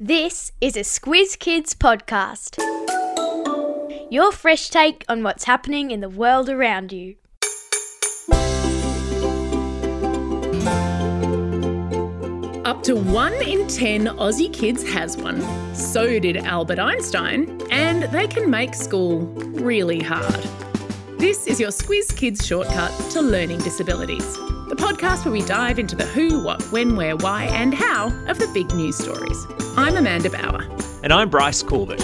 This is a Squiz Kids podcast. Your fresh take on what's happening in the world around you. Up to one in 10 Aussie kids has one. So did Albert Einstein, and they can make school really hard. This is your Squiz Kids shortcut to learning disabilities, the podcast where we dive into the who, what, when, where, why, and how of the big news stories. I'm Amanda Bauer. And I'm Bryce Corbett.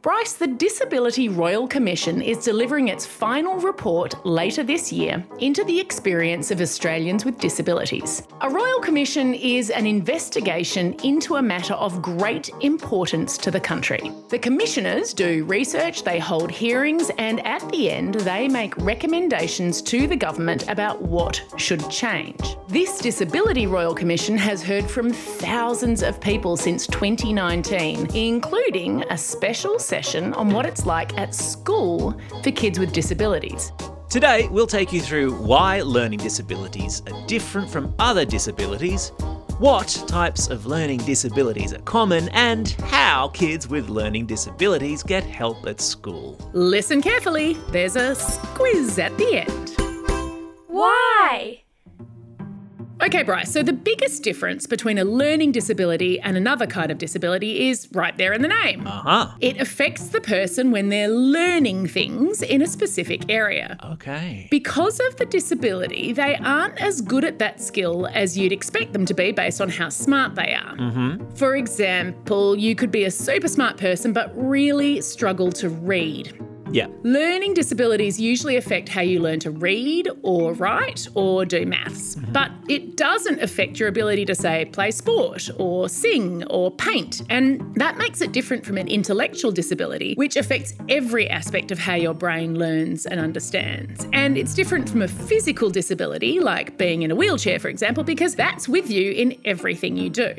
Bryce, the Disability Royal Commission is delivering its final report later this year into the experience of Australians with disabilities. A Royal Commission is an investigation into a matter of great importance to the country. The commissioners do research, they hold hearings, and at the end, they make recommendations to the government about what should change. This Disability Royal Commission has heard from thousands of people since 2019, including a special session on what it's like at school for kids with disabilities. Today, we'll take you through why learning disabilities are different from other disabilities, what types of learning disabilities are common, and how kids with learning disabilities get help at school. Listen carefully, there's a squiz at the end. Why? Okay, Bryce, so the biggest difference between a learning disability and another kind of disability is right there in the name. Uh huh. It affects the person when they're learning things in a specific area. Okay. Because of the disability, they aren't as good at that skill as you'd expect them to be based on how smart they are. For example, you could be a super smart person but really struggle to read. Yeah. Learning disabilities usually affect how you learn to read or write or do maths, but it doesn't affect your ability to, say, play sport or sing or paint. And that makes it different from an intellectual disability, which affects every aspect of how your brain learns and understands. And it's different from a physical disability, like being in a wheelchair, for example, because that's with you in everything you do.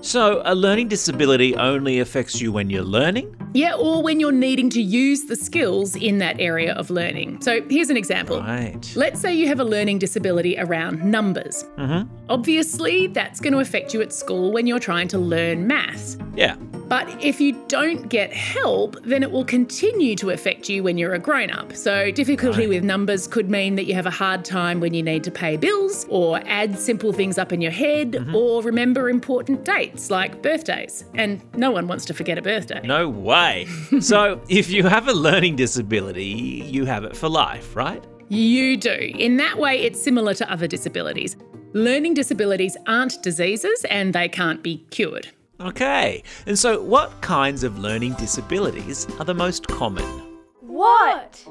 So, a learning disability only affects you when you're learning? Yeah, or when you're needing to use the skills in that area of learning. So here's an example. Right. Let's say you have a learning disability around numbers. Obviously, that's going to affect you at school when you're trying to learn maths. Yeah. But if you don't get help, then it will continue to affect you when you're a grown up. So, difficulty with numbers could mean that you have a hard time when you need to pay bills, or add simple things up in your head, or remember important dates like birthdays. And no one wants to forget a birthday. No way. so, if you have a learning disability, you have it for life, right? You do. In that way, it's similar to other disabilities. Learning disabilities aren't diseases and they can't be cured. Okay. And so, what kinds of learning disabilities are the most common? What?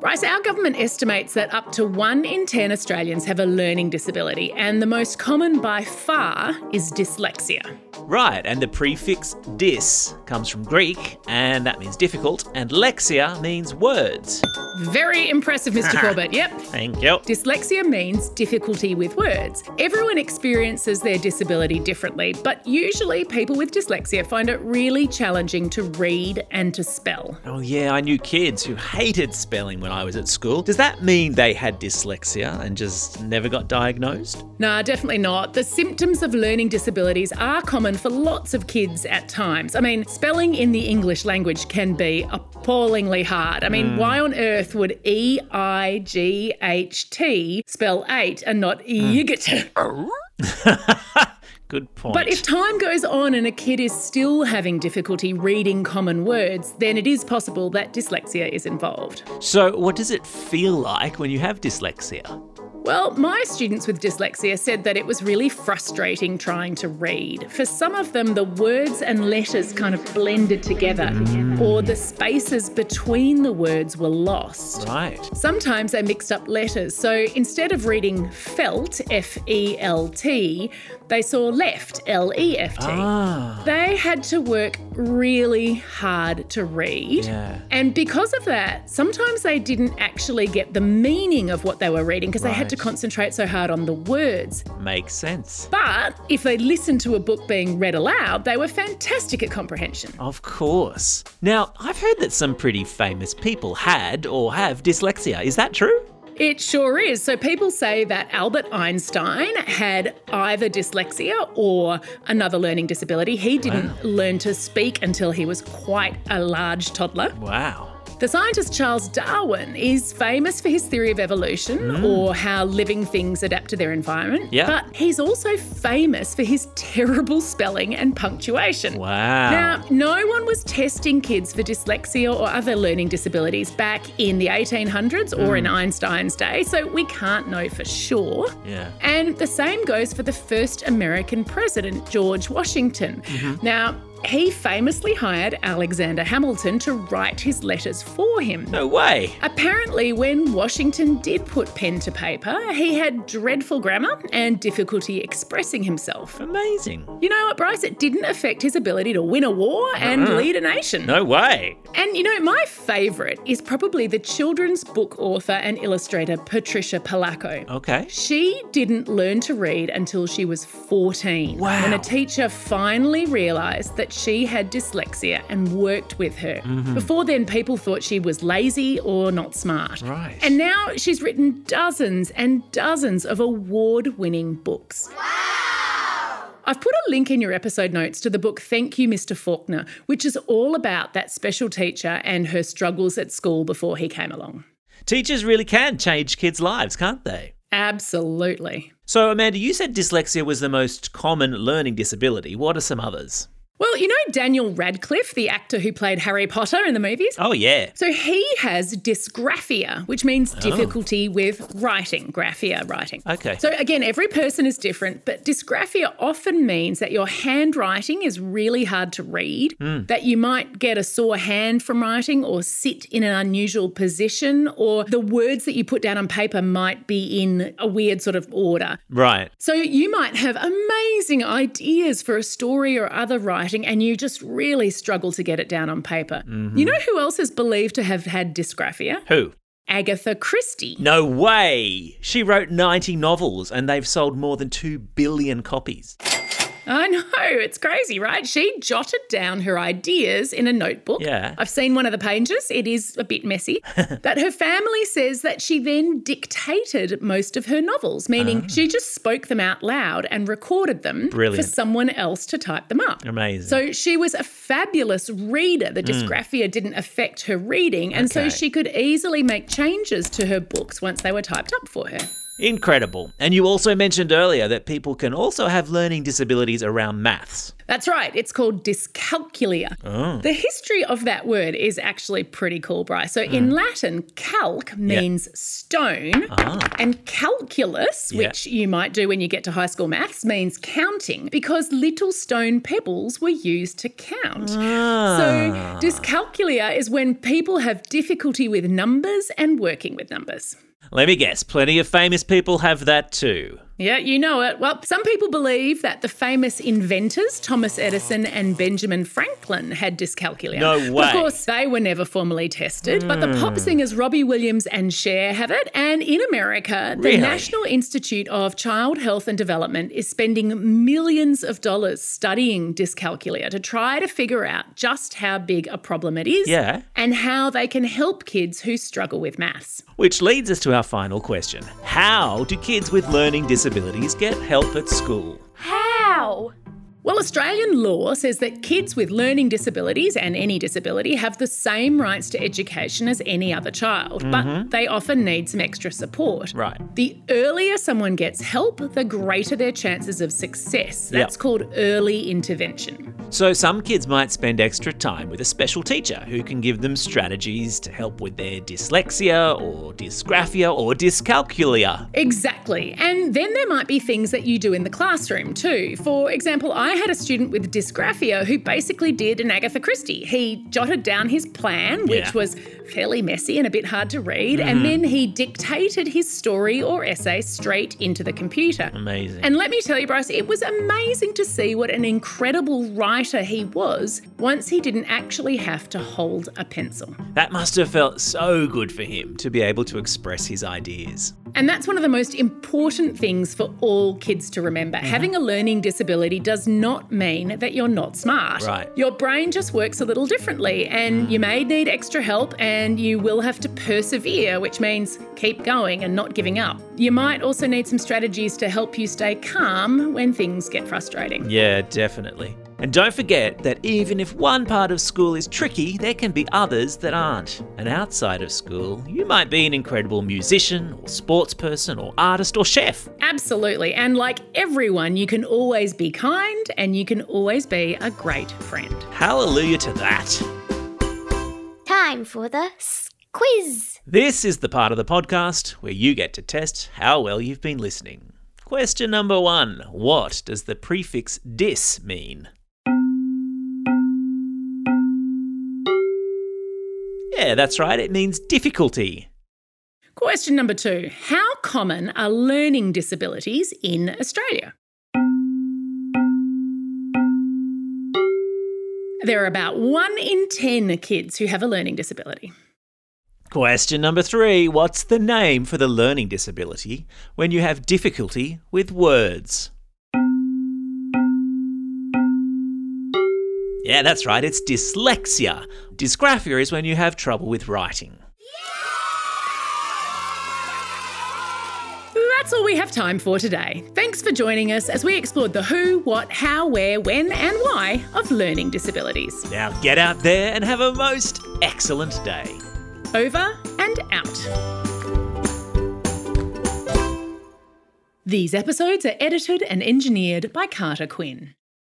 Bryce, our government estimates that up to one in 10 Australians have a learning disability, and the most common by far is dyslexia. Right, and the prefix dis comes from Greek, and that means difficult, and lexia means words. Very impressive, Mr. Corbett. Yep, Thank you. Dyslexia means difficulty with words. Everyone experiences their disability differently, but usually people with dyslexia find it really challenging to read and to spell. Oh, yeah, I knew kids who hated spelling when I was at school. Does that mean they had dyslexia and just never got diagnosed? Nah, definitely not. The symptoms of learning disabilities are common for lots of kids at times. I mean, spelling in the English language can be appallingly hard. I mean, why on earth would E I G H T spell eight and not E yigit? Good point. But if time goes on and a kid is still having difficulty reading common words, then it is possible that dyslexia is involved. so, what does it feel like when you have dyslexia? Well, my students with dyslexia said that it was really frustrating trying to read. For some of them, the words and letters kind of blended together, or the spaces between the words were lost. Right. Sometimes they mixed up letters, so instead of reading felt, F E L T, they saw left, L E F T. Ah. They had to work really hard to read. Yeah. And because of that, sometimes they didn't actually get the meaning of what they were reading because they had to Right. concentrate so hard on the words. Makes sense. But if they listened to a book being read aloud, they were fantastic at comprehension. Of course. Now, I've heard that some pretty famous people had or have dyslexia. Is that true? It sure is. So people say that Albert Einstein had either dyslexia or another learning disability. He didn't learn to speak until he was quite a large toddler. Wow. The scientist Charles Darwin is famous for his theory of evolution or how living things adapt to their environment. Mm. Yeah. But he's also famous for his terrible spelling and punctuation. Wow. Now, no one was testing kids for dyslexia or other learning disabilities back in the 1800s or Mm. in Einstein's day, so we can't know for sure. Yeah. And the same goes for the first American president, George Washington. Now, he famously hired Alexander Hamilton to write his letters for him. No way. Apparently, when Washington did put pen to paper, he had dreadful grammar and difficulty expressing himself. Amazing. You know what, Bryce? It didn't affect his ability to win a war and lead a nation. No way. And you know, my favourite is probably the children's book author and illustrator Patricia Polacco. Okay. She didn't learn to read until she was 14. Wow. When a teacher finally realised that she had dyslexia and worked with her. Mm-hmm. Before then, people thought she was lazy or not smart. Right. And now she's written dozens and dozens of award winning books. I've put a link in your episode notes to the book Thank You, Mr. Faulkner, which is all about that special teacher and her struggles at school before he came along. Teachers really can change kids' lives, can't they? Absolutely. So, Amanda, you said dyslexia was the most common learning disability. What are some others? Well, you know Daniel Radcliffe, the actor who played Harry Potter in the movies? Oh, yeah. So he has dysgraphia, which means difficulty with writing, graphia writing. Okay. So again, every person is different, but dysgraphia often means that your handwriting is really hard to read, that you might get a sore hand from writing or sit in an unusual position, or the words that you put down on paper might be in a weird sort of order. Right. So you might have amazing ideas for a story or other writing, and you just really struggle to get it down on paper. You know who else is believed to have had dysgraphia? Who? Agatha Christie. No way. She wrote 90 novels and they've sold more than 2 billion copies. I know, it's crazy, right? She jotted down her ideas in a notebook. Yeah. I've seen one of the pages, it is a bit messy. but her family says that she then dictated most of her novels, meaning she just spoke them out loud and recorded them Ah. Brilliant. for someone else to type them up. Amazing. Mm. So she was a fabulous reader. The dysgraphia didn't affect her reading, and so Okay. she could easily make changes to her books once they were typed up for her. Incredible. And you also mentioned earlier that people can also have learning disabilities around maths. That's right. It's called dyscalculia. The history of that word is actually pretty cool, Bryce. So in Latin, calc means stone, and calculus, Yeah. which you might do when you get to high school maths, means counting because little stone pebbles were used to count. So dyscalculia is when people have difficulty with numbers and working with numbers. Let me guess, plenty of famous people have that too. Yeah, you know it. Well, some people believe that the famous inventors Thomas Edison and Benjamin Franklin had dyscalculia. No But way. Hmm. of course, they were never formally tested, but the pop singers Robbie Williams and Cher have it. And in America, Really? the National Institute of Child Health and Development is spending millions of dollars studying dyscalculia to try to figure out just how big a problem it is Yeah. and how they can help kids who struggle with maths. Which leads us to our final question How do kids with learning disabilities get help at school? How? Well, Australian law says that kids with learning disabilities and any disability have the same rights to education as any other child, but they often need some extra support. Right. The earlier someone gets help, the greater their chances of success. That's called early intervention. So, some kids might spend extra time with a special teacher who can give them strategies to help with their dyslexia or dysgraphia or dyscalculia. Exactly. And then there might be things that you do in the classroom too. For example, I had a student with dysgraphia who basically did an Agatha Christie. He jotted down his plan, which Yeah. was fairly messy and a bit hard to read, and then he dictated his story or essay straight into the computer. Amazing. And let me tell you, Bryce, it was amazing to see what an incredible writer he was once he didn't actually have to hold a pencil. That must have felt so good for him to be able to express his ideas. And that's one of the most important things for all kids to remember. Mm-hmm. Having a learning disability does not mean that you're not smart. Right. Mm. Your brain just works a little differently, and you may need extra help and you will have to persevere, which means keep going and not giving up. You might also need some strategies to help you stay calm when things get frustrating. Yeah, definitely. And don't forget that even if one part of school is tricky, there can be others that aren't. And outside of school, you might be an incredible musician, or sports person, or artist, or chef. Absolutely. And like everyone, you can always be kind and you can always be a great friend. Hallelujah to that. Time for the s- quiz. This is the part of the podcast where you get to test how well you've been listening. Question number one What does the prefix dis mean? Yeah, that's right, it means difficulty. Question number two How common are learning disabilities in Australia? There are about one in 10 kids who have a learning disability. Question number three What's the name for the learning disability when you have difficulty with words? Yeah, that's right, it's dyslexia. Dysgraphia is when you have trouble with writing. That's all we have time for today. Thanks for joining us as we explored the who, what, how, where, when, and why of learning disabilities. Now get out there and have a most excellent day. Over and out. These episodes are edited and engineered by Carter Quinn.